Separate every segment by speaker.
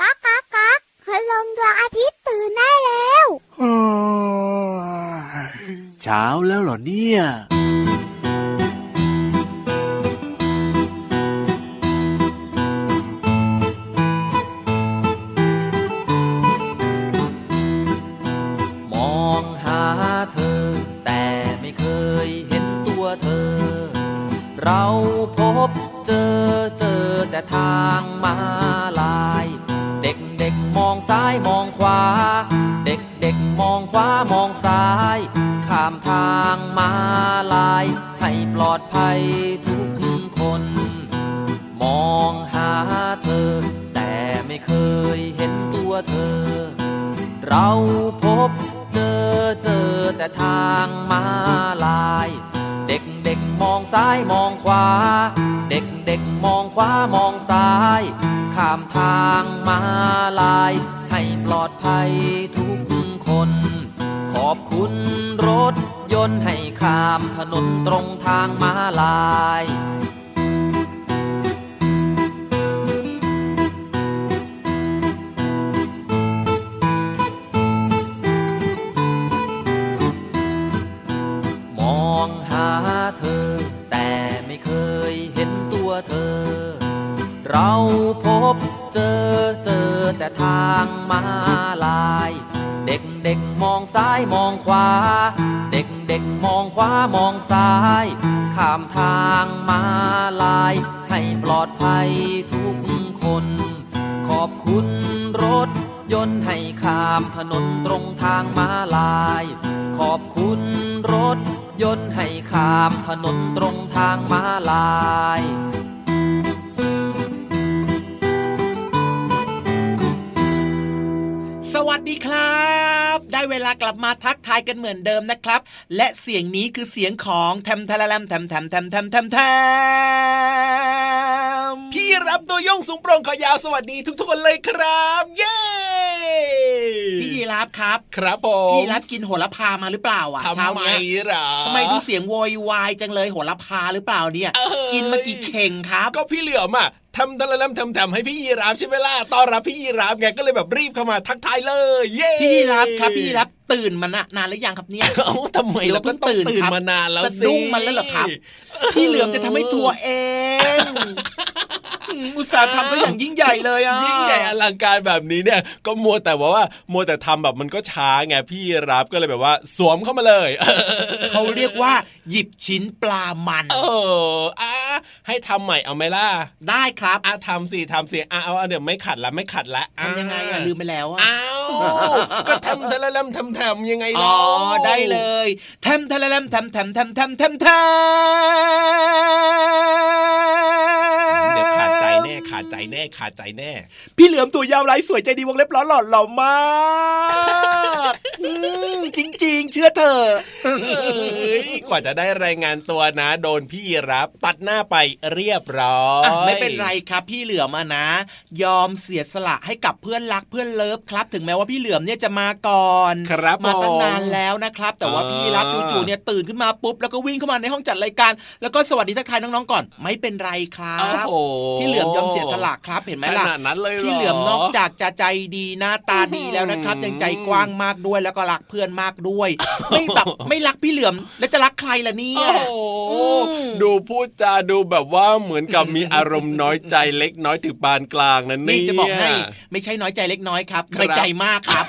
Speaker 1: ก๊ากก๊ากก๊ากคืลงดวงอาทิตย์ตื่นได้แล้ว
Speaker 2: เช้าแล้วเหรอเนี่ย
Speaker 3: มองหาเธอ แต่ไม่เคยเห็นตัวเธอ เราพบเจอเจอแต่ทางมาลาย เด็กเด็กๆมองซ้ายมองขวา เด็กเด็กๆมองขวามองซ้าย ข้ามทางมาลาย ให้ปลอดภัยทุกคน มองหาเธอ แต่ไม่เคยเห็นตัวเธอ เราพบเจอเจอแต่ทางมาลาย เด็กเด็กๆมองซ้ายมองขวา เด็กเด็กๆมองขวามองซ้าย ข้ามทางมาลาย ให้ปลอดภัยทุกคน ขอบคุณรถยนต์ให้ข้ามถนนตรงทางมาลาย มองหาเธอ แต่ไม่เคยเห็นตัวเธอ เราพบเจอเจอแต่ทางมาลาย เด็กเด็กๆมองซ้ายมองขวา เด็กเด็กๆมองขวามองซ้าย ข้ามทางมาลาย ให้ปลอดภัยทุกคน ขอบคุณรถยนต์ให้ข้ามถนนตรงทางมาลาย ขอบคุณรถยนต์ให้ข้ามถนนตรงทางมาลาย
Speaker 4: สวัสดีครับ ได้เวลากลับมาทักทายกันเหมือนเดิมนะครับ และเสียงนี้คือเสียงของแทมทะละแลมแทมแทมแทมแทมแทมแทม
Speaker 5: พี่รับตัวโยงสูงโปร่งขอยาวสวัสดีทุกๆคนเลยครับ เย้
Speaker 4: พี่ยีรับครับ
Speaker 5: ครับผม
Speaker 4: พี่ยีรับกินโหระพามาหรือเปล่าอ่ะ
Speaker 5: ทำ
Speaker 4: เช้า
Speaker 5: ไม
Speaker 4: เนี้ย
Speaker 5: เหรอ
Speaker 4: ทำไมดูเสียงโวยวายจังเลยโหระพาหรือเปล่าเนี่ย
Speaker 5: เอ้ย
Speaker 4: กินมากี่เข่งครับ
Speaker 5: ก็พี่เหลือมอ่ะทำทะเลมทำทำให้พี่ยีราฟใช่ไหมล่ะต้อนรับพี่ยีราฟไงก็เลยแบบรีบเข้ามาทักทายเลย เย้
Speaker 4: พี่ยีรับครับพี่ยีรับตื่นมันนะนานหรือยังครับเนี่ย
Speaker 5: เอ้าทำไม
Speaker 4: หรือ
Speaker 5: เรา
Speaker 4: ว่า
Speaker 5: ก็ต้อง
Speaker 4: เพิ่งตื่น
Speaker 5: ตื่น
Speaker 4: ครับ
Speaker 5: มานานแล้ว
Speaker 4: สะดุ้งมันแล้วเหรอครับ พี่เหลือมจะทำให้ตัวเองอืมอุตส่าห์ทำได้อย่างยิ่งใหญ่เลยอ่ะ
Speaker 5: ยิ่งใหญ่อลังการแบบนี้เนี่ย ก็มัวแต่ว่าว่ามัวแต่ทำแบบมันก็ช้าไงพี่ยีราฟก็เลยแบบว่า สวมเข้ามาเลย
Speaker 4: เขาเรียกว่า หยิบชิ้นปลามัน
Speaker 5: เอออ่ะให้ทำใหม่เอาไหมล่ะ
Speaker 4: ได้ครับ
Speaker 5: อ่ะทำสิทำสิอ่ะเอาเอาเดี๋ยวไม่ขัดละไม่ขัดละอ่ะ
Speaker 4: ทำยังไงอ่ะลืมไปแล้วอ่ะ
Speaker 5: อ้าวก็ทำทะละลำทำแถมยังไง
Speaker 4: อ๋
Speaker 5: ล่ะ
Speaker 4: อได้เลยแทมทะเลแลมแทมแทมแทมแทมแทมแทม
Speaker 5: เดี๋ยวขาดใจแน่ขาดใจแน่ขาดใจแน่
Speaker 4: พี่เหลือมตัวยาวไร้สวยใจดีวงเล็บล้อหล่อหล่อมากอืมจริงๆ เชื่อเถอะ
Speaker 5: เอ้ยกว่าจะได้รายงานตัวนะ โดนพี่รับตัดหน้าไปเรียบร้อ
Speaker 4: อ่ะ
Speaker 5: ย
Speaker 4: ไม่เป็นไรครับ พี่เหลือมอะนะ ยอมเสียสละให้กับเพื่อนรักเพื่อนเลิฟครับ ถึงแม้ว่าพี่เหลือมเนี่ยจะมาก่อน
Speaker 5: ครับ
Speaker 4: มาตั้ง
Speaker 5: ผ
Speaker 4: นานแล้วนะครับ แต่ว่า
Speaker 5: เออ
Speaker 4: พี่รับจู่ๆเนี่ยตื่นขึ้นมาปุ๊บ แล้วก็วิ่งเข้ามาในห้องจัดรายการ แล้วก็สวัสดีทักทายน้องๆก่อน ไม่เป็นไรครั
Speaker 5: โอ้
Speaker 4: บ
Speaker 5: โห
Speaker 4: พี่เหลือมยอมเสียสละครับเห็นไหม
Speaker 5: ข
Speaker 4: ล่ะ
Speaker 5: นาดนั้นเลยร
Speaker 4: พี่เหลือมนอกจากจะใจดีหน้าตาดีแล้วนะครับยังใจกว้างมากด้วยแล้วก็รักเพื่อนมากด้วย ไม่แบบไม่รักพี่เหลือมแล้วจะรักใครล่ะเนี่ย
Speaker 5: โอ้โหดูพูดจาดูแบบว่าเหมือนกับมีอารมณ์น้อยใจเล็กน้อยถึงปานกลางนั่น
Speaker 4: นี่
Speaker 5: นี่ย
Speaker 4: จะบอกให้ไม่ใช่น้อยใจเล็กน้อยครับ
Speaker 5: ครับ
Speaker 4: น้อยใจมาก ครับ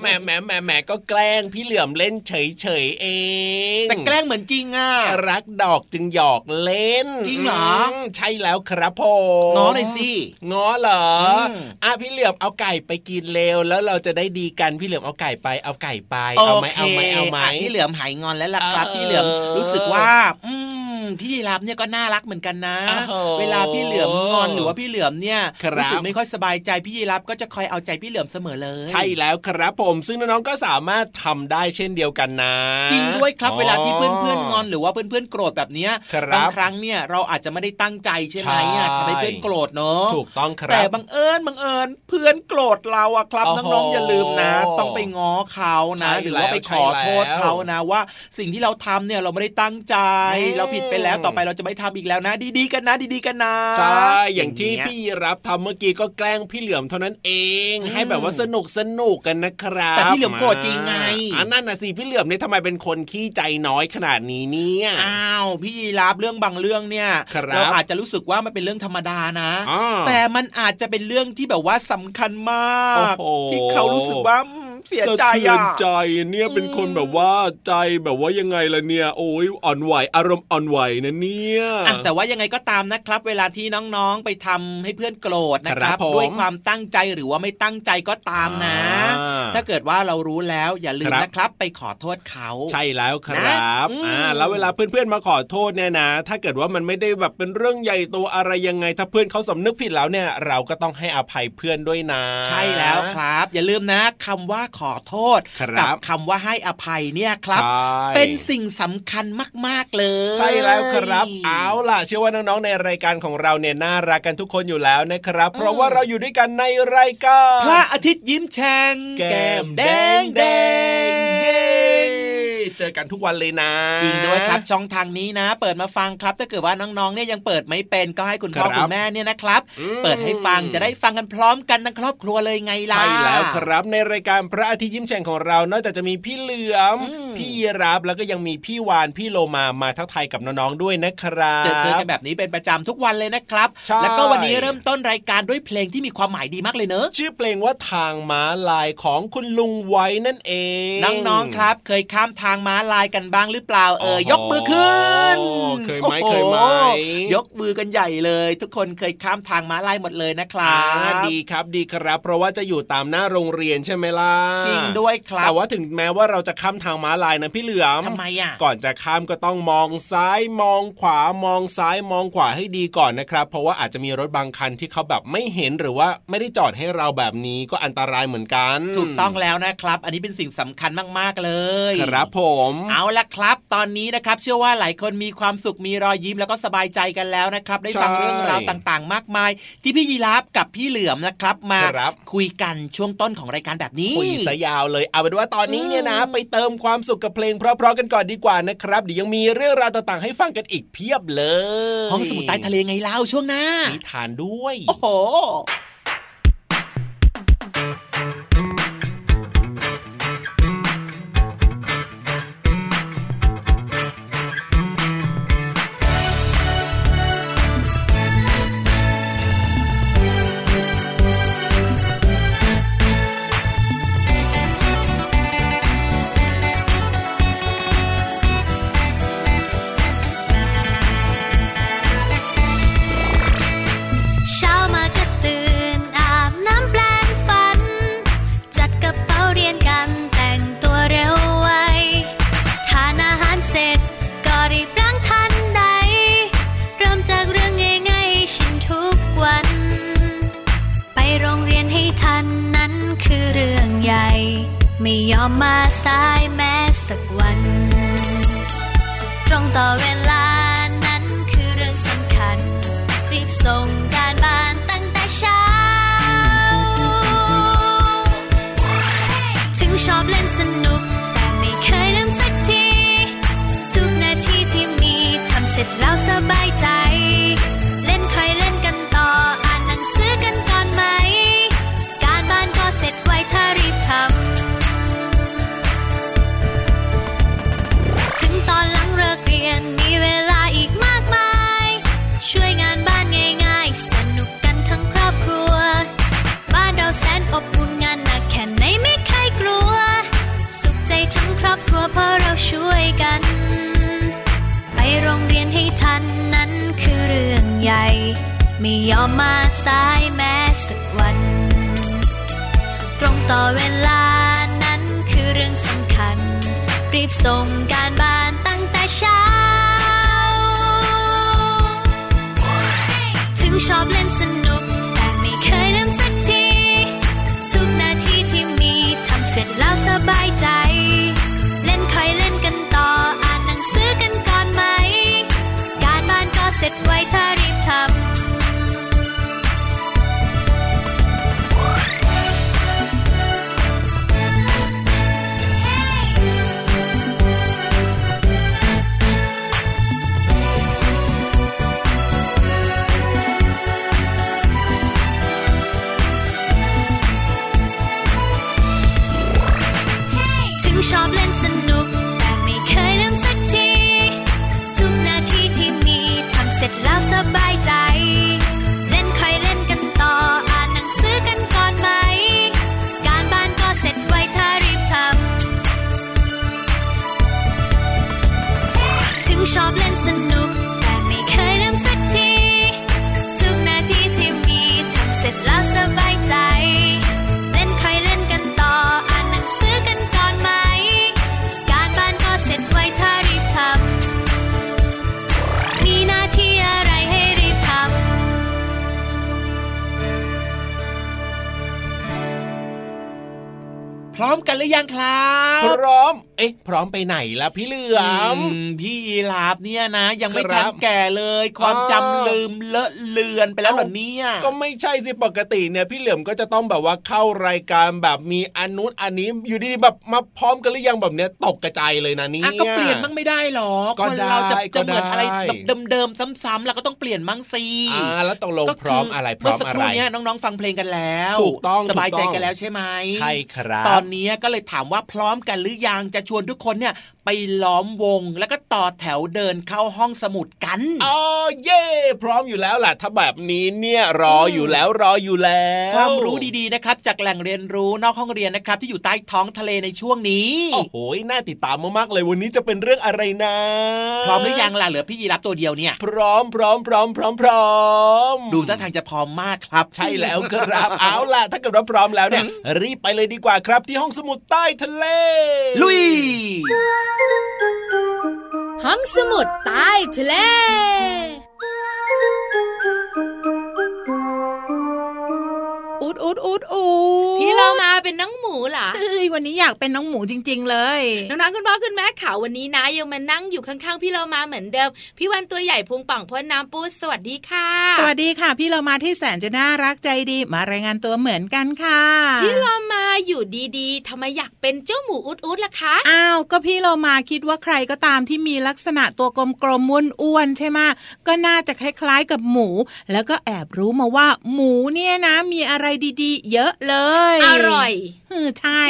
Speaker 5: แหมแหมแหมแหมก็แกล้งพี่เหลือมเล่นเฉยเฉยๆเอง
Speaker 4: แต่แกล้งเหมือนจริงอ่ะ
Speaker 5: รักดอกจึงหยอกเล่น
Speaker 4: จริงเหรอ
Speaker 5: มใช่แล้วครับผม
Speaker 4: น้อหน่อยสิ
Speaker 5: ง้อเหรออ
Speaker 4: ม
Speaker 5: อ่ะพี่เหลือมเอาไก่ไปกินเร็วแล้วเราจะได้ดีกันพี่เหลือมเอาไก่ไปเอาไก่ไป
Speaker 4: โอ
Speaker 5: เอาไหม
Speaker 4: เค
Speaker 5: เอาไหมเอาไหม
Speaker 4: ะพี่เหลือมหายงอนแล้วล่ะครับ
Speaker 5: เออ
Speaker 4: พี่เหลือมรู้สึกว่า อืมพี่ยีรับเนี่ยก็น่ารักเหมือนกันนะ
Speaker 5: โอ้โห
Speaker 4: เวลาพี่เหลือมงอนหรือว่าพี่เหลือมเนี่ย
Speaker 5: ครับ
Speaker 4: รู้สึกไม่ค่อยสบายใจพี่ยีรับก็จะคอยเอาใจพี่เหลือมเสมอเลย
Speaker 5: ใช่แล้วครับผมซึ่งน้องๆก็สามารถทำได้เช่นเดียวกันนะ
Speaker 4: จริงด้วยครับเวลาที่เพื่อนๆงอนหรือว่าเพื่อนๆโกรธแบบเนี้ย
Speaker 5: ครับ
Speaker 4: งครั้งเนี่ยเราอาจจะไม่ได้ตั้งใจใช่ไหมอะ
Speaker 5: ใช่
Speaker 4: ทำให้เพื่อนโกรธเนาะ
Speaker 5: ถูกต้องครั
Speaker 4: แต่
Speaker 5: บ
Speaker 4: บังเอิญบังเอิญเพื่อนโกรธเราอะครับ
Speaker 5: โอ้โห
Speaker 4: น้องๆอย่าลืมนะ ต้องไปง้อเขานะ
Speaker 5: ใช่
Speaker 4: หรือว่าไปขอโทษ
Speaker 5: แล้ว
Speaker 4: เขานะว่า สิ่งที่เราทำเนี่ยเราไม่ได้ตั้งใจ
Speaker 5: อืม
Speaker 4: เราผิดไป ไปแล้วต่อไปเราจะไม่ทำอีกแล้วนะ ดีๆกันนะ ดีๆกันนะ
Speaker 5: ใช่ อย่างที่พี่รับทำเมื่อกี้ก็แกล้งพี่เหลือมเท่านั้นเอง ให้แบบว่าสนุกสนุกกันนะครับ
Speaker 4: แต่พี่เหลือมโกรธจริงไง
Speaker 5: อ่ะนั่นน่ะสิพี่เหลือมเนี่ยทำไมเป็นคนขี้ใจน้อยขนาดนี้เนี่ย
Speaker 4: อ้าวพี่ยีราฟเรื่องบางเรื่องเนี่ย
Speaker 5: ครับ
Speaker 4: เราอาจจะรู้สึกว่ามันเป็นเรื่องธรรมดานะ
Speaker 5: อ่า
Speaker 4: แต่มันอาจจะเป็นเรื่องที่แบบว่าสำคัญมาก
Speaker 5: โอ้โห
Speaker 4: ที่เขารู้สึกว่าอืมเสีย
Speaker 5: สะ
Speaker 4: ใจ
Speaker 5: เทือ
Speaker 4: อ่ะ
Speaker 5: นใจเนี่ยเป็นคนแบบว่าใจแบบว่ายังไงล่ะเนี่ยโอ้ยอ่อนไหวอารมณ์อ่อนไหวนะเนี่ย
Speaker 4: อ่ะแต่ว่ายังไงก็ตามนะครับ เวลาที่น้องๆไปทำให้เพื่อนโกรธนะค
Speaker 5: ค
Speaker 4: รั
Speaker 5: รับ บผม
Speaker 4: ด้วยความตั้งใจหรือว่าไม่ตั้งใจก็ตามนะ
Speaker 5: อ่า
Speaker 4: ถ้าเกิดว่าเรารู้แล้วอย่าลืม
Speaker 5: ครับ
Speaker 4: นะครับ ไปขอโทษเขา
Speaker 5: ใช่แล้วครับ
Speaker 4: นะอืม
Speaker 5: อ่าแล้วเวลาเพื่อนๆมาขอโทษเนี่ยนะ ถ้าเกิดว่ามันไม่ได้แบบเป็นเรื่องใหญ่โตอะไรยังไง ถ้าเพื่อนเขาสำนึกผิดแล้วเนี่ย เราก็ต้องให้อภัยเพื่อนด้วยนะ
Speaker 4: ใช่แล้วครับ อย่าลืมนะคำว่าขอโทษ
Speaker 5: ครับ
Speaker 4: กัคำว่าให้อภัยเนี่ยครับ
Speaker 5: ใช่
Speaker 4: เป็นสิ่งสำคัญมาก ๆ เลย
Speaker 5: ใช่แล้วครับ เอาล่ะ เชื่อว่าน้องๆในรายการของเราเนี่ยน่ารักกันทุกคนอยู่แล้วนะครับ เพราะว่าเราอยู่ด้วยกันในรายการ
Speaker 4: พระอาทิตย์ยิ้มแฉ่ง
Speaker 5: แก้มแดงแดงเย้เจอกันทุกวันเลยนะ
Speaker 4: จริงด้วยครับช่องทางนี้นะ เปิดมาฟังครับ ถ้าเกิดว่าน้องๆเนี่ยยังเปิดไม่เป็นก็ให้คุณพ่อคุณแม่เนี่ยนะครับ เปิดให้ฟังจะได้ฟังกันพร้อมกันทั้งครอบครัวเลยไงล่ะ
Speaker 5: ใช่แล้วครับในรายการพระอาทิตย์ยิ้มแฉ่งของเรา นอกจากจะมีพี่เหลือม
Speaker 4: อืม
Speaker 5: พี่ยีรับแล้วก็ยังมีพี่วานพี่โลมามาทักทายกับน้องๆด้วยนะครับ
Speaker 4: เจอเจอกันแบบนี้เป็นประจำทุกวันเลยนะครับ
Speaker 5: ใช่
Speaker 4: แล้วก็วันนี้เริ่มต้นรายการด้วยเพลงที่มีความหมายดีมากเลยเนอะ
Speaker 5: ชื่อเพลงว่าทางม้าลายของคุณลุงไว้นั่นเอง
Speaker 4: น้องๆ ครับ เคยข้ามทางม้าลายกันบ้างหรือเปล่าเอ่ย
Speaker 5: โอ้โห
Speaker 4: ยกมือขึ้น
Speaker 5: เคยไหม
Speaker 4: โอ้โ
Speaker 5: เคยไหม
Speaker 4: ยกมือกันใหญ่เลย ทุกคนเคยข้ามทางม้าลายหมดเลยนะค
Speaker 5: อ่า
Speaker 4: รับ
Speaker 5: ดีครับดีครับ เพราะว่าจะอยู่ตามหน้าโรงเรียนใช่ไหมล่ะ
Speaker 4: จริงด้วยครับ
Speaker 5: แต่ว่าถึงแม้ว่าเราจะข้ามทางม้าลายนะพี่เหลือม
Speaker 4: ทำไมอ่ะ
Speaker 5: ก่อนจะข้ามก็ต้องมองซ้ายมองขวามองซ้ายมองขวาให้ดีก่อนนะครับ เพราะว่าอาจจะมีรถบางคันที่เขาแบบไม่เห็นหรือว่าไม่ได้จอดให้เราแบบนี้ก็อันตรายเหมือนกัน
Speaker 4: ถูกต้องแล้วนะครับ อันนี้เป็นสิ่งสำคัญมากๆเลย
Speaker 5: ครับผม
Speaker 4: เอาละครับ ตอนนี้นะครับ เชื่อว่าหลายคนมีความสุขมีรอยยิ้มแล้วก็สบายใจกันแล้วนะครับ ได้ฟัง
Speaker 5: ใช่
Speaker 4: เรื่องราวต่างๆ มากมาย ที่พี่ยีราฟกับพี่เหลือมนะครับ มา
Speaker 5: ครับ
Speaker 4: คุยกันช่วงต้นของรายการแบบนี้
Speaker 5: คุยซะยาวเลยเอาเป็นว่าตอนนี้เนี่ยนะ ไปเติมความสุขกับเพลงเพราะๆกันก่อนดีกว่านะครับเดี๋ยวยังมีเรื่องราวต่างๆ ให้ฟังกันอีกเพียบเลย
Speaker 4: ห้องสมุดใต้ทะเลไงเล่าช่วงหน้า
Speaker 5: นิทานด้วย
Speaker 4: โอ้โห
Speaker 6: เช้ามาก็ตื่นอาบน้ำแปลงฟัน จัดกระเป๋าเรียนกันแต่งตัวเร็วไวทานอาหารเสร็จก็รีบล้างทันใด เริ่มจากเรื่องง่ายๆให้ชินทุกวัน ไปโรงเรียนให้ทันนั้นคือเรื่องใหญ่ ไม่ยอมมาสายแม้สักวัน ตรงต่อเวลานั้นคือเรื่องสำคัญ รีบส่งการบ้านตั้งแต่เช้า ถึงชอบเล่นสนุก แต่ไม่เคยลืมสักที ทุกนาทีที่มีทำเสร็จแล้วสบายใจ เล่นค่อยเล่นกันต่อ อ่านหนังสือกันก่อนไหม การบ้านก็เสร็จไวถ้ารีบทำ ถึงตอนหลังเลิกเรียนมีเวลาอีกมากมาย ช่วยงานบ้านง่ายๆ สนุกกันทั้งครอบครัว บ้านเราแสนอบอุ่นงานหนักแค่ไหนไม่เคยกลัว สุขใจทั้งครอบครัวเพราะเราช่วยกัน ไปโรงเรียนให้ทันนั้นคือเรื่องใหญ่ ไม่ยอมมาสายแม้สักวัน ตรงต่อเวลานั้นคือเรื่องสำคัญ รีบส่งการบ้านตั้งแต่เช้า ถึงชอบเล่นสนุก แต่ไม่เคยลืมสักที ทุกนาทีที่มีทำเสร็จแล้วสบายใจ เล่นค่อยเล่นกันต่อ อ่านหนังสือกันก่อนไหม การบ้านก็เสร็จไวถ้ารีบทำ
Speaker 5: ค
Speaker 4: พร้อมกันหรือยังครั
Speaker 5: พ
Speaker 4: บ
Speaker 5: ร้อม เอ๊ะ พร้อมไปไหนล่ะพี่เหลือม
Speaker 4: อืมพี่ยีราฟเนี่ยนะ ยังไม่
Speaker 5: ครั
Speaker 4: ทั
Speaker 5: บ
Speaker 4: นแก่เลย ความ
Speaker 5: อ้าว
Speaker 4: จำลืมเลอะเลือนไปแล้วเหรอ
Speaker 5: เอ้า
Speaker 4: เนี่ย
Speaker 5: ก็ไม่ใช่สิปกติเนี่ยพี่เหลือมก็จะต้องแบบว่าเข้ารายการแบบมีอนนุนอันนี้อยู่ดีๆแบบมาพร้อมกันหรือยังแบบเนี้ยตกกระจายเลยนะเนี่ย
Speaker 4: อ่ะก็เปลี่ยนบ้างไม่ได้หรอ
Speaker 5: ก็
Speaker 4: คนเราจะ
Speaker 5: ได้ก็
Speaker 4: จะเหมือน
Speaker 5: ได้
Speaker 4: อะไรแบบเดิมๆซ้ำๆเราก็ต้องเปลี่ยนบ้างสิ
Speaker 5: อ่าแล้วตกลง
Speaker 4: ก็
Speaker 5: พร้อมอะไรพร้
Speaker 4: เมื่
Speaker 5: อ
Speaker 4: อ
Speaker 5: ม
Speaker 4: สัก
Speaker 5: อะ
Speaker 4: ค
Speaker 5: ไร
Speaker 4: รู่เนี้ยน้องๆฟังเพลงกันแล้ว
Speaker 5: ถูกต้อง
Speaker 4: สบายใจ
Speaker 5: ถูกต้อง
Speaker 4: กันแล้วใช่ไหม
Speaker 5: ใช่ครับ
Speaker 4: ตอนเนี้ยก็เลยถามว่าพร้อมกันหรือยังจะชวนทุกคนเนี่ยไปล้อมวงแล้วก็ต่อแถวเดินเข้าห้องสมุดกัน
Speaker 5: อ๋อเย่พร้อมอยู่แล้วล่ะ ถ้าแบบนี้เนี่ยรออยู่แล้วรออยู่แล้ว
Speaker 4: ความรู้ดีๆนะครับ จากแหล่งเรียนรู้นอกห้องเรียนนะครับ ที่อยู่ใต้ท้องทะเลในช่วงนี้
Speaker 5: โอ้โหน่าติดตามมากๆเลยวันนี้จะเป็นเรื่องอะไรนะ
Speaker 4: พร้อมหรือยังล่ะเหลือพี่ยีรับตัวเดียวเนี่ย
Speaker 5: พร้อมพร้อมพร้อมพร้อมพร้อม
Speaker 4: ดูท่าทางจะพร้อมมากครับ
Speaker 5: ใช่แล้วครับ เอาล่ะถ้าเกิดว่าพร้อมแล้วเนี่ย รีบไปเลยดีกว่าครับที่ห้องสมุดใต้ทะเล
Speaker 4: ลุย
Speaker 7: ห้องสมุดใต้ทะเล
Speaker 8: อูดอูดอูดอูด
Speaker 7: พี่เรามาเป็นน้องหมูเหรอ
Speaker 8: เอ้ย วันนี้อยากเป็นน้องหมูจริง ๆ เลย
Speaker 7: น้องๆคุณพ่อคุณแม่ข่าววันนี้นะ ยังมานั่งอยู่ข้างๆ พี่เรามาเหมือนเดิม พี่วันตัวใหญ่พุงป่องพ่นน้ำปูดสวัสดีค่ะ
Speaker 8: สวัสดีค่ะ พี่เรามาที่แสนจะน่ารักใจดีมารายงานตัวเหมือนกันค่ะ
Speaker 7: พี่เรามาอยู่ดีๆทำไมอยากเป็นเจ้าหมูอุดอุดล่ะคะ
Speaker 8: อ้าวก็พี่เรามาคิดว่าใครก็ตามที่มีลักษณะตัวกลมๆอ้วนๆใช่ไหมะก็น่าจะคล้ายๆกับหมู แล้วก็แอบรู้มาว่า หมูเนี่ยนะ มีอะไรดีๆ เยอะเลย
Speaker 7: อร่อย
Speaker 8: เออใช่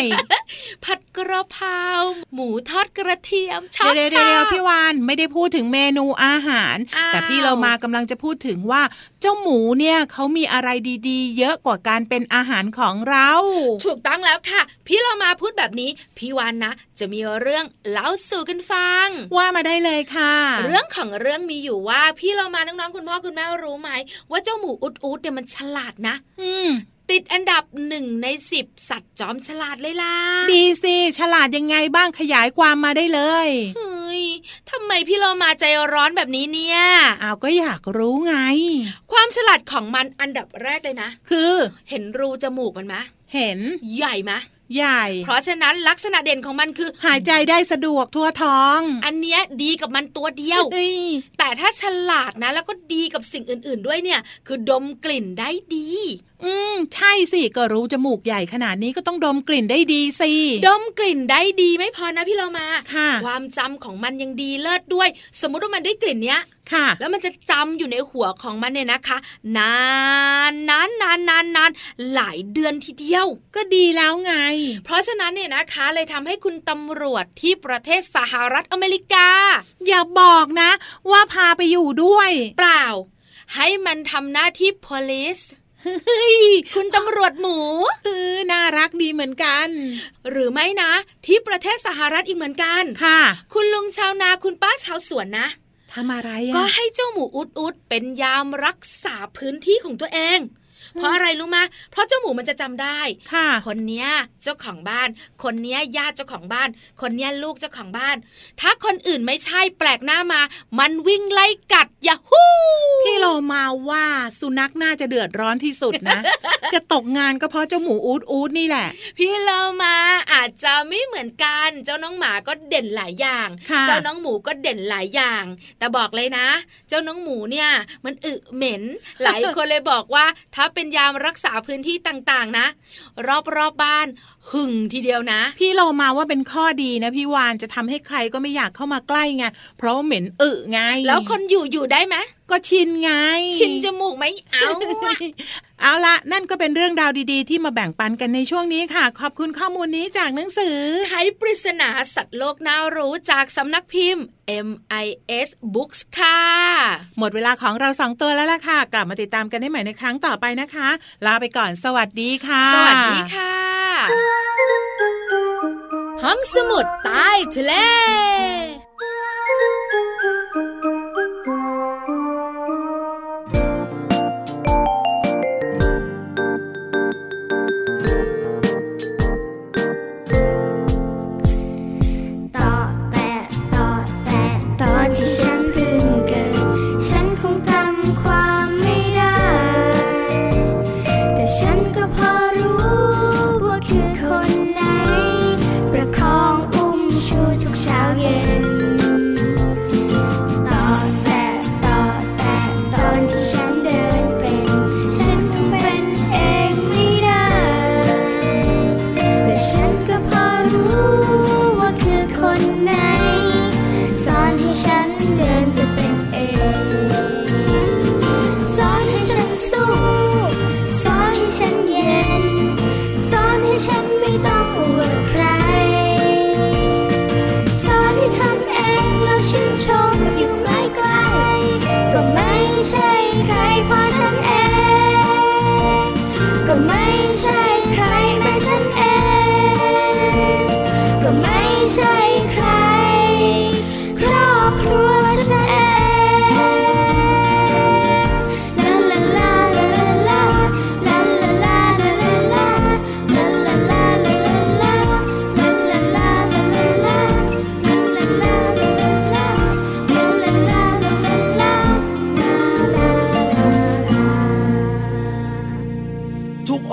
Speaker 7: ผัดกระเพราหมูทอดกระเทียมชอบ
Speaker 8: เดี๋ยว
Speaker 7: ชอ
Speaker 8: เดี๋ยว
Speaker 7: บ
Speaker 8: ๆๆพี่วานไม่ได้พูดถึงเมนูอาหาร
Speaker 7: อ้าว
Speaker 8: แต่พี่เรามากำลังจะพูดถึงว่า เจ้าหมูเนี่ยเขามีอะไรดีๆ เยอะกว่าการเป็นอาหารของเรา
Speaker 7: ถูกต้องแล้วค่ะ พี่เรามาพูดแบบนี้ พี่วันนะ จะมีเรื่องเล่าสู่กันฟัง
Speaker 8: ว่ามาได้เลยค่ะ
Speaker 7: เรื่องของเรื่องมีอยู่ว่า พี่เรามาน้องๆคุณพ่อคุณแม่รู้ไหม ว่าเจ้าหมูอุดอุดเนี่ยมันฉลาดนะ
Speaker 8: อืม
Speaker 7: ติดอันดับหนึ่งในสิบสัตว์จอมฉลาดเลยล่ะ
Speaker 8: ดีสิฉลาดยังไงบ้างขยายความมาได้เลย
Speaker 7: เฮ้ยทำไมพี่เรามาใจร้อนแบบนี้เนี่ย
Speaker 8: อ้าวก็อยากรู้ไง
Speaker 7: ความฉลาดของมันอันดับแรกเลยนะ
Speaker 8: คือ
Speaker 7: เห็นรูจมูกมันไหม
Speaker 8: เห็น
Speaker 7: ใหญ่ไหม
Speaker 8: ใหญ่
Speaker 7: เพราะฉะนั้นลักษณะเด่นของมันคือ
Speaker 8: หายใจได้สะดวกทั่วท้อง
Speaker 7: อันเนี้ยดีกับมันตัวเดียว
Speaker 8: อ้ย
Speaker 7: แต่ถ้าฉลาดนะ แล้วก็ดีกับสิ่งอื่น ๆ ด้วยเนี่ย คือดมกลิ่นได้ดี
Speaker 8: อืม ใช่สิ ก็รู้จมูกใหญ่ขนาดนี้ก็ต้องดมกลิ่นได้ดีสิ
Speaker 7: ดมกลิ่นได้ดีไม่พอนะพี่เรามา
Speaker 8: ค่ะ
Speaker 7: ความจำของมันยังดีเลิศด้วย สมมุติว่ามันได้กลิ่นเนี้ย
Speaker 8: ค่ะ
Speaker 7: แล้วมันจะจำอยู่ในหัวของมันเนี่ยนะคะ นานนานนานนานนานหลายเดือนทีเดียว
Speaker 8: ก็ดีแล้วไง
Speaker 7: เพราะฉะนั้นเนี่ยนะคะเลยทำให้คุณตำรวจที่ประเทศสหรัฐอเมริกา
Speaker 8: อย่าบอกนะ ว่าพาไปอยู่ด้วย
Speaker 7: เปล่า ให้มันทำหน้าที่ police
Speaker 8: เฮ้ย
Speaker 7: คุณตำรวจหมู
Speaker 8: คือน่ารักดีเหมือนกัน
Speaker 7: หรือไม่นะ ที่ประเทศสหรัฐอีกเหมือนกัน
Speaker 8: ค่ะ
Speaker 7: คุณลุงชาวนาคุณป้าชาวสวนนะ
Speaker 8: ทำอะไร
Speaker 7: ก็
Speaker 8: อ่ะ
Speaker 7: ให้เจ้าหมูอุดอุดเป็นยามรักษาพื้นที่ของตัวเอง เพราะอะไรรู้มะเพราะเจ้าหมูมันจะจำได้
Speaker 8: ค่ะ
Speaker 7: คนเนี้ยเจ้าของบ้าน คนเนี้ยญาติเจ้าของบ้าน คนเนี้ยลูกเจ้าของบ้าน ถ้าคนอื่นไม่ใช่แปลกหน้ามา มันวิ่งไล่กัดยะฮู
Speaker 8: พี่โลมาว่าสุนัขน่าจะเดือดร้อนที่สุดนะ จะตกงานก็เพราะเจ้าหมูอูดอูดนี่แหละ
Speaker 7: พี่เรามาอาจจะไม่เหมือนกัน เจ้าน้องหมาก็เด่นหลายอย่าง
Speaker 8: ค่ะ
Speaker 7: เจ้าน้องหมูก็เด่นหลายอย่าง แต่บอกเลยนะ เจ้าน้องหมูเนี่ยมันอึเหม็น หลายคนเลยบอกว่า ถ้าเป็นยามรักษาพื้นที่ต่างๆนะ รอบๆบบ้านหึ่งทีเดียวนะ
Speaker 8: พี่โลมาว่าเป็นข้อดีนะพี่วานจะทำให้ใครก็ไม่อยากเข้ามาใกล้ไงเพราะว่าเหม็นอึไง
Speaker 7: แล้วคนอยู่อยู่ได้ไหม
Speaker 8: ก็ชินไง
Speaker 7: ชินจมูกไหมเอาอะ
Speaker 8: เอาละนั่นก็เป็นเรื่องราวดีๆ ที่มาแบ่งปันกันในช่วงนี้ค่ะ ขอบคุณข้อมูลนี้จากหนังสือ
Speaker 7: ไขปริศนาสัตว์โลกน่ารู้จากสำนักพิมพ์ MIS Books ค่ะ
Speaker 8: หมดเวลาของเราสองตัวแล้วล่ะค่ะ กลับมาติดตามกันได้ใหม่ในครั้งต่อไปนะคะ ลาไปก่อนสวัสดีค่ะ
Speaker 7: สวัสดีค่ะ ห้องสมุดใต้ทะเล
Speaker 9: ต่อแต่ต่อแต่ตอนที่ฉันเพิ่งเกิด ฉันคงจำความไม่ได้ แต่ฉันก็พอรู้ว่าคือคนไหน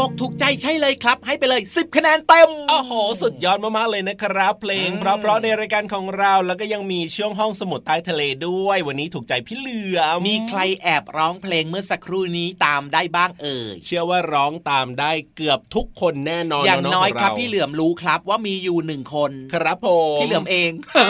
Speaker 4: อกถูกใจใช่เลยครับ ให้ไปเลย 10 คะแนนเต็ม
Speaker 5: โอ้โห สุดยอดมากๆเลยนะครับ เพลง
Speaker 4: อืม
Speaker 5: เพราะๆในรายการของเราแล้วก็ยังมีช่วงห้องสมุดใต้ทะเลด้วย วันนี้ถูกใจพี่เหลือม
Speaker 4: มีใครแอบร้องเพลงเมื่อสักครู่นี้ตามได้บ้างเอ่ย
Speaker 5: เชื่อว่าร้องตามได้เกือบทุกคนแน่นอน
Speaker 4: อย่าง
Speaker 5: แล้ว
Speaker 4: น้อย
Speaker 5: ขง
Speaker 4: ครับ
Speaker 5: เา
Speaker 4: พี่เหลือมรู้ครับว่ามีอยู่หนึ่งคน
Speaker 5: ครับผม
Speaker 4: พี่เหลือ มเอง
Speaker 5: า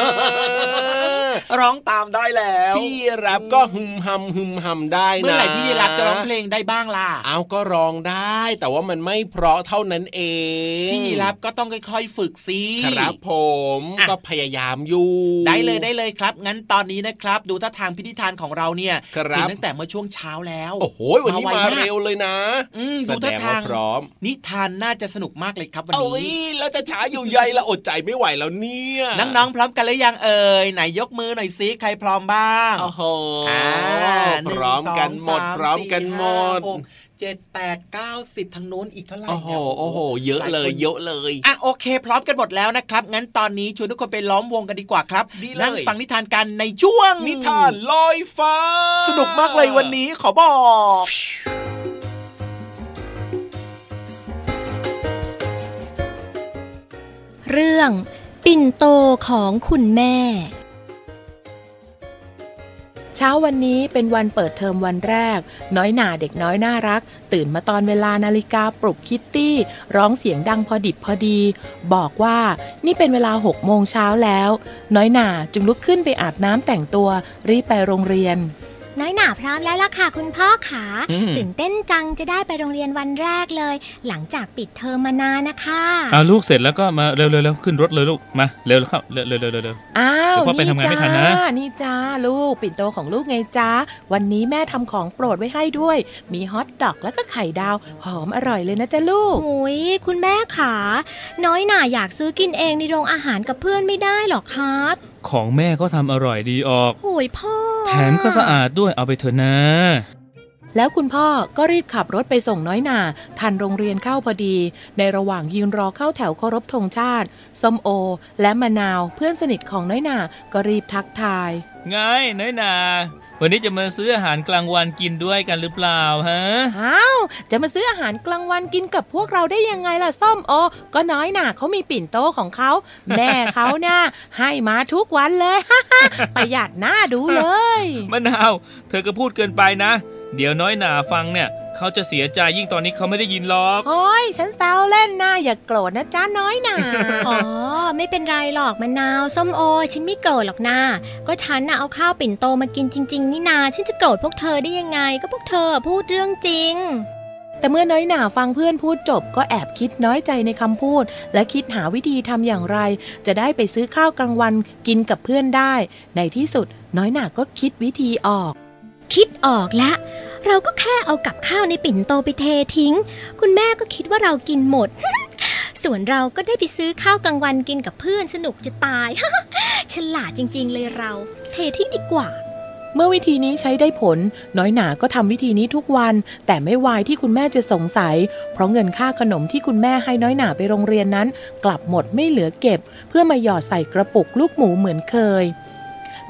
Speaker 4: ร้องตามได้แล้ว
Speaker 5: พี่รับก็หึมหำหึมหำได้นะ
Speaker 4: เมื่อไหร่พี่รับจะร้องเพลงได้บ้างล่ะ
Speaker 5: เอาก็ร้องได้ แต่ว่ามันไม่เพราะเท่านั้นเอง
Speaker 4: พี่รับก็ต้องค่อยๆฝึกสิ
Speaker 5: ครับผม
Speaker 4: อ่ะ
Speaker 5: ก็พยายามอยู่
Speaker 4: ได้เลยได้เลยครับ งั้นตอนนี้นะครับ ดูท่าทางพิธีทานของเราเนี่ย
Speaker 5: ครับ
Speaker 4: เห็นตั้งแต่เมื่อช่วงเช้าแล้ว
Speaker 5: โอ้โหวันนี้
Speaker 4: มา
Speaker 5: มา
Speaker 4: ไวมาก
Speaker 5: เร็วเลยนะ
Speaker 4: อืม
Speaker 5: แส
Speaker 4: ดู
Speaker 5: ด
Speaker 4: ท่าง ทา
Speaker 5: ว่าง พร้อม
Speaker 4: นิทานน่าจะสนุกมากเลยครับวัน
Speaker 5: เอ้ย
Speaker 4: นี้
Speaker 5: แล้วจะช้าอยู่ใหญ่ละอดใจไม่ไหวแล้วเนี่ย
Speaker 4: น้องๆพร้อมกันหรือยังเอ่ยไหนยกมือหน่อยซิใครพร้อมบ้าง
Speaker 5: โอ้โห
Speaker 4: อ่าห
Speaker 5: พ
Speaker 4: นึ่ง
Speaker 5: ร้อมกันหมด
Speaker 4: สงสา
Speaker 5: พร้อมกัน
Speaker 4: สี่
Speaker 5: หมด
Speaker 4: ากเจ็ดแปดเก้าสิบทางโน้นอีกเท่าไหร่
Speaker 5: โอ้โห
Speaker 4: เนี่ย
Speaker 5: โอ้โห เยอะเลย เยอะเลย
Speaker 4: อ่ะโอเค พร้อมกันหมดแล้วนะครับ งั้นตอนนี้ชวนทุกคนไปล้อมวงกันดีกว่าครับ
Speaker 5: ดีเลย
Speaker 4: นั่งฟังนิทานกันในช่วง
Speaker 5: นิทานลอยฟ้า
Speaker 4: สนุกมากเลยวันนี้ขอบอก
Speaker 7: เรื่อง ปิ่นโตของคุณแม่
Speaker 8: เช้าวันนี้เป็นวันเปิดเทอมวันแรก น้อยหน่าเด็กน้อยน่ารัก ตื่นมาตอนเวลานาฬิกาปลุกคิตตี้ ร้องเสียงดังพอดิบพอดี บอกว่านี่เป็นเวลาหกโมงเช้าแล้ว น้อยหน่าจึงลุกขึ้นไปอาบน้ำแต่งตัว รีบไปโรงเรียน
Speaker 10: น้อยหนาพร้อมแล้วล่ะค่ะคุณพ่อขา
Speaker 5: อืม
Speaker 10: ตื่นเต้นจังจะได้ไปโรงเรียนวันแรกเลย หลังจากปิดเทอมมานานนะคะ
Speaker 11: เอาลูกเสร็จแล้วก็มาเร็วๆเร็วขึ้นรถเลยลูกมาเร็วๆเข้าเร็วๆเร็วๆเร็ว
Speaker 8: อ้าว
Speaker 11: เดี๋ยวพ่อไปทำงานไม่ทันนะ
Speaker 8: จ้านี่จ้าลูก ปิ่นโตของลูกไงจ้าวันนี้แม่ทำของโปรดไว้ให้ด้วย มีฮอทดอกแล้วก็ไข่ดาว หอมอร่อยเลยนะจ้าลูก
Speaker 10: หุยคุณแม่ขาน้อยหนาอยากซื้อกินเองในโรงอาหารกับเพื่อนไม่ได้หรอครับ
Speaker 11: ๆของแม่ก็ทำอร่อยดีออก
Speaker 10: หุยพ่อ
Speaker 11: แถมก็สะอาดด้วยเอาไปเถอะนะ
Speaker 8: แล้วคุณพ่อก็รีบขับรถไปส่งน้อยหนาทันโรงเรียนเข้าพอดี ในระหว่างยืนรอเข้าแถวเคารพธงชาติส้มโอ และมะนาวเพื่อนสนิทของน้อยหนาก็รีบทักทาย
Speaker 11: ไงน้อยนา วันนี้จะมาซื้ออาหารกลางวันกินด้วยกันหรือเปล่าฮะ
Speaker 8: อ้าว จะมาซื้ออาหารกลางวันกินกับพวกเราได้ยังไงล่ะส้มโอ ก็น้อยหน่าเขามีปิ่นโตของเขา แม่เขาน่ะ ให้มาทุกวันเลย ประหยัดหน้าดูเลย
Speaker 11: มะนาว เธอก็พูดเกินไปนะ เดี๋ยวน้อยหนาฟังเนี่ย เขาจะเสียใจยิ่งตอนนี้เขาไม่ได้ยินหรอก
Speaker 8: โอ้ยฉันแซวเล่นนะอย่าโกรธนะจ๊ะ น้อยหน่า
Speaker 10: อ๋อไม่เป็นไรหรอกมะนาวส้มโอ ฉันไม่โกรธหรอกนาก็ฉันน่ะเอาข้าวปิ่นโตมากินจริง ๆ นี่นา ฉันจะโกรธพวกเธอได้ยังไง ก็พวกเธอพูดเรื่องจริง
Speaker 8: แต่เมื่อน้อยหน่าฟังเพื่อนพูดจบก็แอบคิดน้อยใจในคำพูด และคิดหาวิธีทำอย่างไร จะได้ไปซื้อข้าวกลางวันกินกับเพื่อนได้ ในที่สุดน้อยหน่าก็คิดวิธีออก
Speaker 10: คิดออกละ เราก็แค่เอากับข้าวในปิ่นโตไปเททิ้ง คุณแม่ก็คิดว่าเรากินหมด ส่วนเราก็ได้ไปซื้อข้าวกลางวันกินกับเพื่อนสนุกจะตาย ฉลาดจริง ๆ เลยเรา เททิ้งดีกว่า
Speaker 8: เมื่อวิธีนี้ใช้ได้ผล น้อยหนาก็ทำวิธีนี้ทุกวัน แต่ไม่วายที่คุณแม่จะสงสัย เพราะเงินค่าขนมที่คุณแม่ให้น้อยหนาไปโรงเรียนนั้น กลับหมดไม่เหลือเก็บ เพื่อมาหยอดใส่กระปุกลูกหมูเหมือนเคย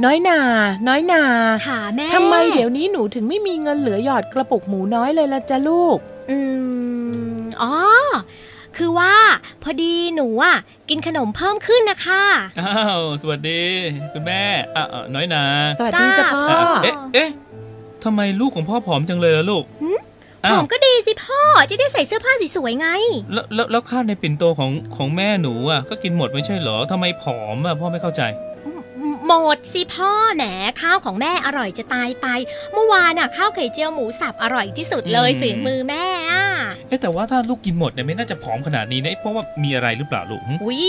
Speaker 8: น้อยหนา น้อยหนา
Speaker 10: ค่ะแม่
Speaker 8: ทำไมเดี๋ยวนี้หนูถึงไม่มีเงินเหลือหยอดกระปุกหมูน้อยเลยล่ะจ้ะลูก
Speaker 10: อืมอ๋อ คือว่า พอดีหนูอ่ะกินขนมเพิ่มขึ้นนะคะ
Speaker 11: อ้าวสวัสดีคุณแม่อ่ะอ่ะน้อยหนา
Speaker 8: สวัสดีจ้ะพ่อ
Speaker 11: อ่ะอ่ะเอ๊ะเอ๊ะทำไมลูกของพ่อผอมจังเลยล่ะลูก
Speaker 10: หืม
Speaker 11: อ้า
Speaker 10: ผ
Speaker 11: ว
Speaker 10: มก็ดีสิพ่อ จะได้ใส่เสื้อผ้าสวยๆไง
Speaker 11: แล้วแล้วแล้วข้าวในปิ่นโตของของแม่หนูอ่ะก็กินหมดไม่ใช่เหรอทำไมผอมอ่ะพ่อไม่เข้าใจ
Speaker 10: หมดสิพ่อแหมข้าวของแม่อร่อยจะตายไป เมื่อวานน่ะข้าวไข่เจียวหมูสับอร่อยที่สุดเลย
Speaker 11: อืม
Speaker 10: ฝีมือแม่อ่ะ
Speaker 11: เอ๊ะแต่ว่าถ้าลูกกินหมดเนี่ยไม่น่าจะผอมขนาดนี้นะเพราะว่ามีอะไรหรือเปล่าลูกหึ
Speaker 10: อุ้ย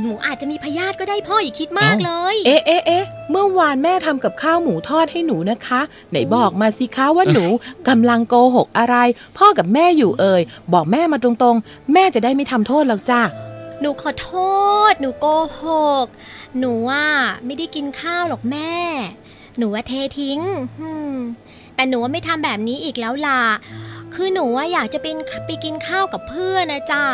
Speaker 10: หนูอาจจะมีพยาธิก็ได้พ่ออย่าคิดมาก
Speaker 11: เอ้า
Speaker 10: เลย
Speaker 8: เอ๊ะเอ๊ะเอ๊ะเมื่อวานแม่ทำกับข้าวหมูทอดให้หนูนะคะ ไหนบอกมาสิคะว่าหนูกำลังโกหกอะไร พ่อกับแม่อยู่เอ่ย บอกแม่มาตรงๆ แม่จะได้ไม่ทำโทษหรอกจ้ะ
Speaker 10: หนูขอโทษ หนูโกหก หนูอ่ะไม่ได้กินข้าวหรอกแม่ หนูว่าเททิ้งอืมแต่หนูว่าไม่ทำแบบนี้อีกแล้วล่ะ คือหนูอะอยากจะเป็นไปกินข้าวกับเพื่อนนะจ้า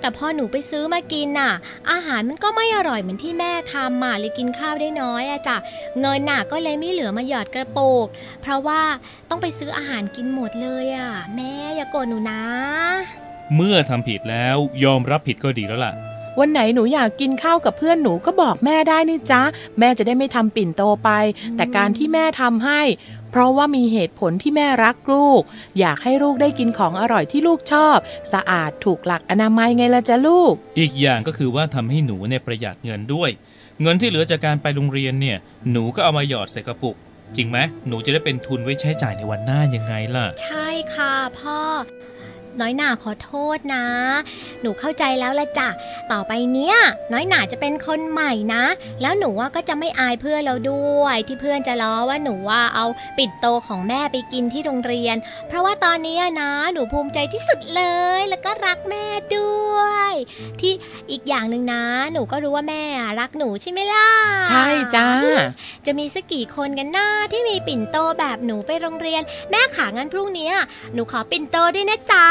Speaker 10: แต่พอหนูไปซื้อมากินน่ะ อาหารมันก็ไม่อร่อยเหมือนที่แม่ทำมาเลยกินข้าวได้น้อยอะจ้ะเงินน่ะก็เลยไม่เหลือมาหยอดกระปุกเพราะว่าต้องไปซื้ออาหารกินหมดเลยอะแม่อย่าโกรธหนูนะ
Speaker 11: เมื่อทำผิดแล้วยอมรับผิดก็ดีแล้วล่ะ
Speaker 12: วันไหนหนูอยากกินข้าวกับเพื่อนหนูก็บอกแม่ได้นี่จ๊ะ แม่จะได้ไม่ทำปิ่นโตไป แต่การที่แม่ทำให้ เพราะว่ามีเหตุผลที่แม่รักลูก อยากให้ลูกได้กินของอร่อยที่ลูกชอบ สะอาดถูกหลักอนามัยไงละจ๊ะลูก
Speaker 11: อีกอย่างก็คือว่าทำให้หนูเนี่ยประหยัดเงินด้วย เงินที่เหลือจากการไปโรงเรียนเนี่ย หนูก็เอามาหยอดใส่กระปุก จริงไหมหนูจะได้เป็นทุนไว้ใช้จ่ายในวันหน้ายังไงล่ะ
Speaker 10: ใช่ค่ะพ่อ น้อยหนาขอโทษนะ หนูเข้าใจแล้วละจ้ะ ต่อไปเนี้ยน้อยหนาจะเป็นคนใหม่นะ แล้วหนูว่าก็จะไม่อายเพื่อนเราด้วย ที่เพื่อนจะล้อว่าหนูว่าเอาปิ่นโตของแม่ไปกินที่โรงเรียน เพราะว่าตอนเนี้ยนะ หนูภูมิใจที่สุดเลย แล้วก็รักแม่ด้วย ที่อีกอย่างหนึ่งนะ หนูก็รู้ว่าแม่อะรักหนูใช่ไหมล่ะ
Speaker 12: ใช่จ้า
Speaker 10: จะมีสักกี่คนกันหน้าที่มีปิ่นโตแบบหนูไปโรงเรียน แม่ขางั้นพรุ่งเนี้ยหนูขอปิ่นโตด้วยนะจ๊ะ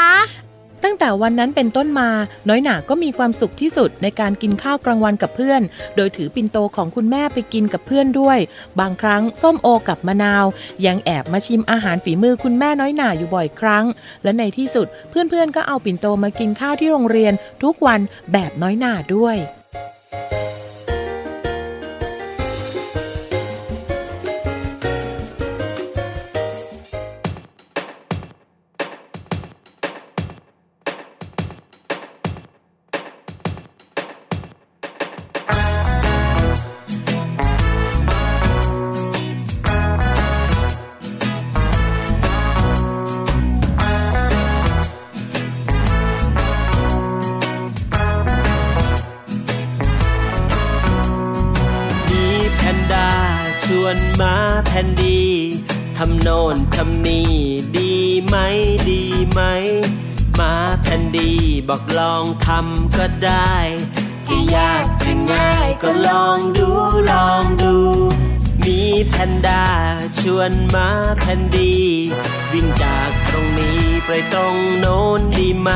Speaker 12: ตั้งแต่วันนั้นเป็นต้นมา น้อยหนาก็มีความสุขที่สุดในการกินข้าวกลางวันกับเพื่อน โดยถือปินโตของคุณแม่ไปกินกับเพื่อนด้วย บางครั้งส้มโอกับมะนาว ยังแอบมาชิมอาหารฝีมือคุณแม่น้อยหนาอยู่บ่อยครั้ง และในที่สุดเพื่อนๆก็เอาปินโตมากินข้าวที่โรงเรียน ทุกวันแบบน้อยหนาด้วย
Speaker 13: มีแพนด้าชวนหมาแพนดี ทำโน่นทำนี่ดีไหมดีไหมหมาแพนดีบอกลองทำก็ได้ จะยากจะง่ายก็ลองดูลองดู มีแพนด้าชวนหมาแพนดี วิ่งจากตรงนี้ไปตรงโน้นดีไหม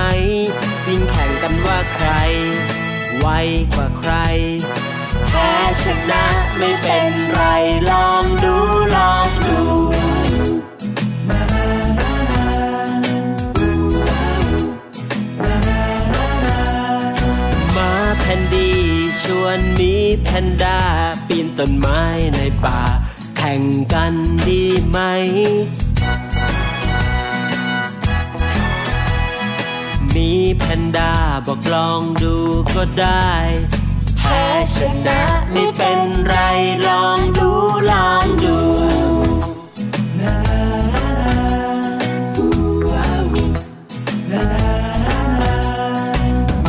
Speaker 13: วิ่งแข่งกันว่าใคร ไวกว่าใคร แพ้ชนะไม่เป็นไรลองดูลองดู หมาแพนดีชวนหมีแพนด้าปีนต้นไม้ในป่า แข่งกันดีไหม มีแพนด้าบอกลองดูก็ได้ แพ้ชนะไม่เป็นไรลองดูลองดู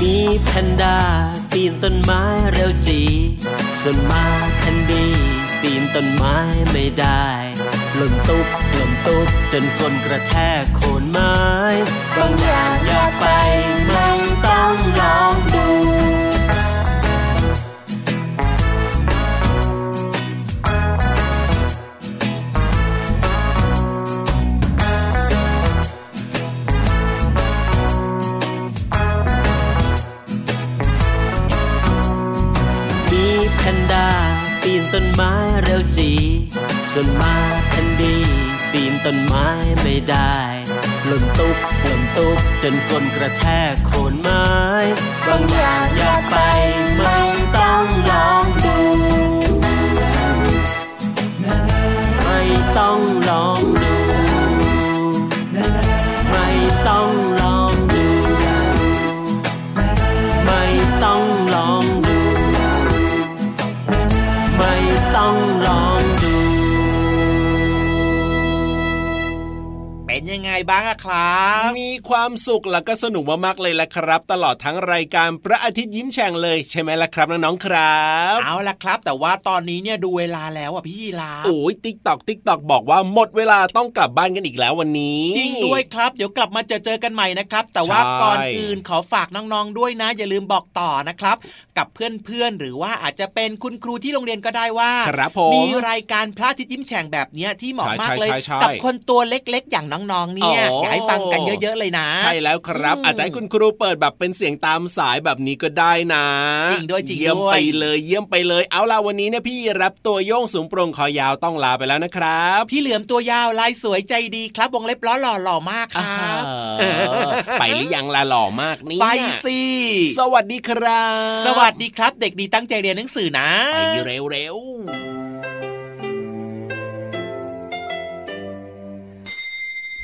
Speaker 13: มีแพนด้าปีนต้นไม้เร็วจี ส่วนหมาแพนดีปีนต้นไม้ไม่ได้หล่นตุ๊บหล่นตุ๊บจนคนกระแทกโคนไม้บางอย่างอย่าไปไม่ต้องลองดู มีแพนด้าปีนต้นไม้เร็วจี ส่วนหมาแพนดีปีนต้นไม้ไม่ได้หล่นตุ๊บหล่นตุ๊บจนคนกระแทกโคนไม้บางอย่างอย่าไปไม่ต้องลองดู ไม่ต้องลองดู ไม่ต้องลองดู ไม่ต้องลองดู ไม่ต้องลองดู
Speaker 4: เป็นยังไงบ้างอะครับ
Speaker 5: มีความสุขแล้วก็สนุกมากๆเลยละครับ ตลอดทั้งรายการพระอาทิตย์ยิ้มแฉ่งเลยใช่ไหมล่ะครับน้องๆครับ
Speaker 4: เอาละครับ แต่ว่าตอนนี้เนี่ยดูเวลาแล้วอะพี่ยีราฟ
Speaker 5: โอ้ยติ๊กตอกติ๊กตอกบอกว่าหมดเวลาต้องกลับบ้านกันอีกแล้ววันนี้
Speaker 4: จริงด้วยครับ เดี๋ยวกลับมาเจอเจอกันใหม่นะครับ แต่ว่า
Speaker 5: ใช่
Speaker 4: ก่อนอื่นขอฝากน้องๆด้วยนะ อย่าลืมบอกต่อนะครับ กับเพื่อนๆหรือว่าอาจจะเป็นคุณครูที่โรงเรียนก็ได้ว่า
Speaker 5: ครับผม
Speaker 4: มีรายการพระอาทิตย์ยิ้มแฉ่งแบบเนี้ยที่เหมาะ
Speaker 5: ใช่
Speaker 4: มากเลย
Speaker 5: ใช่ใช่ใช่
Speaker 4: กับคนตัวเล็กๆ อย่างน้องๆ เนี่ย เนี่ยอยากให้ฟังกันเยอะๆเลยนะ
Speaker 5: ใช่แล้วครับ อาจจะให้คุณครูเปิดแบบเป็นเสียงตามสายแบบนี้ก็ได้นะ
Speaker 4: จริงด้วยจริงด้วย
Speaker 5: เยี่ยมไปเลยเยี่ยมไปเลยเอาล่ะวันนี้เนี่ยพี่รับตัวโยงสูงโปรงคอยาวต้องลาไปแล้วนะครับ
Speaker 4: พี่เหลือมตัวยาวลายสวยใจดีครับ วงเล็บล้อหล่อหล่อมากครับ
Speaker 5: เออไปหรือยังล่ะหล่อมากเนี่ย
Speaker 4: ไปสิ
Speaker 5: สวัสดีครับ
Speaker 4: สวัสดีครับ เด็กดีตั้งใจเรียนหนังสือนะ
Speaker 5: ไปเร็ว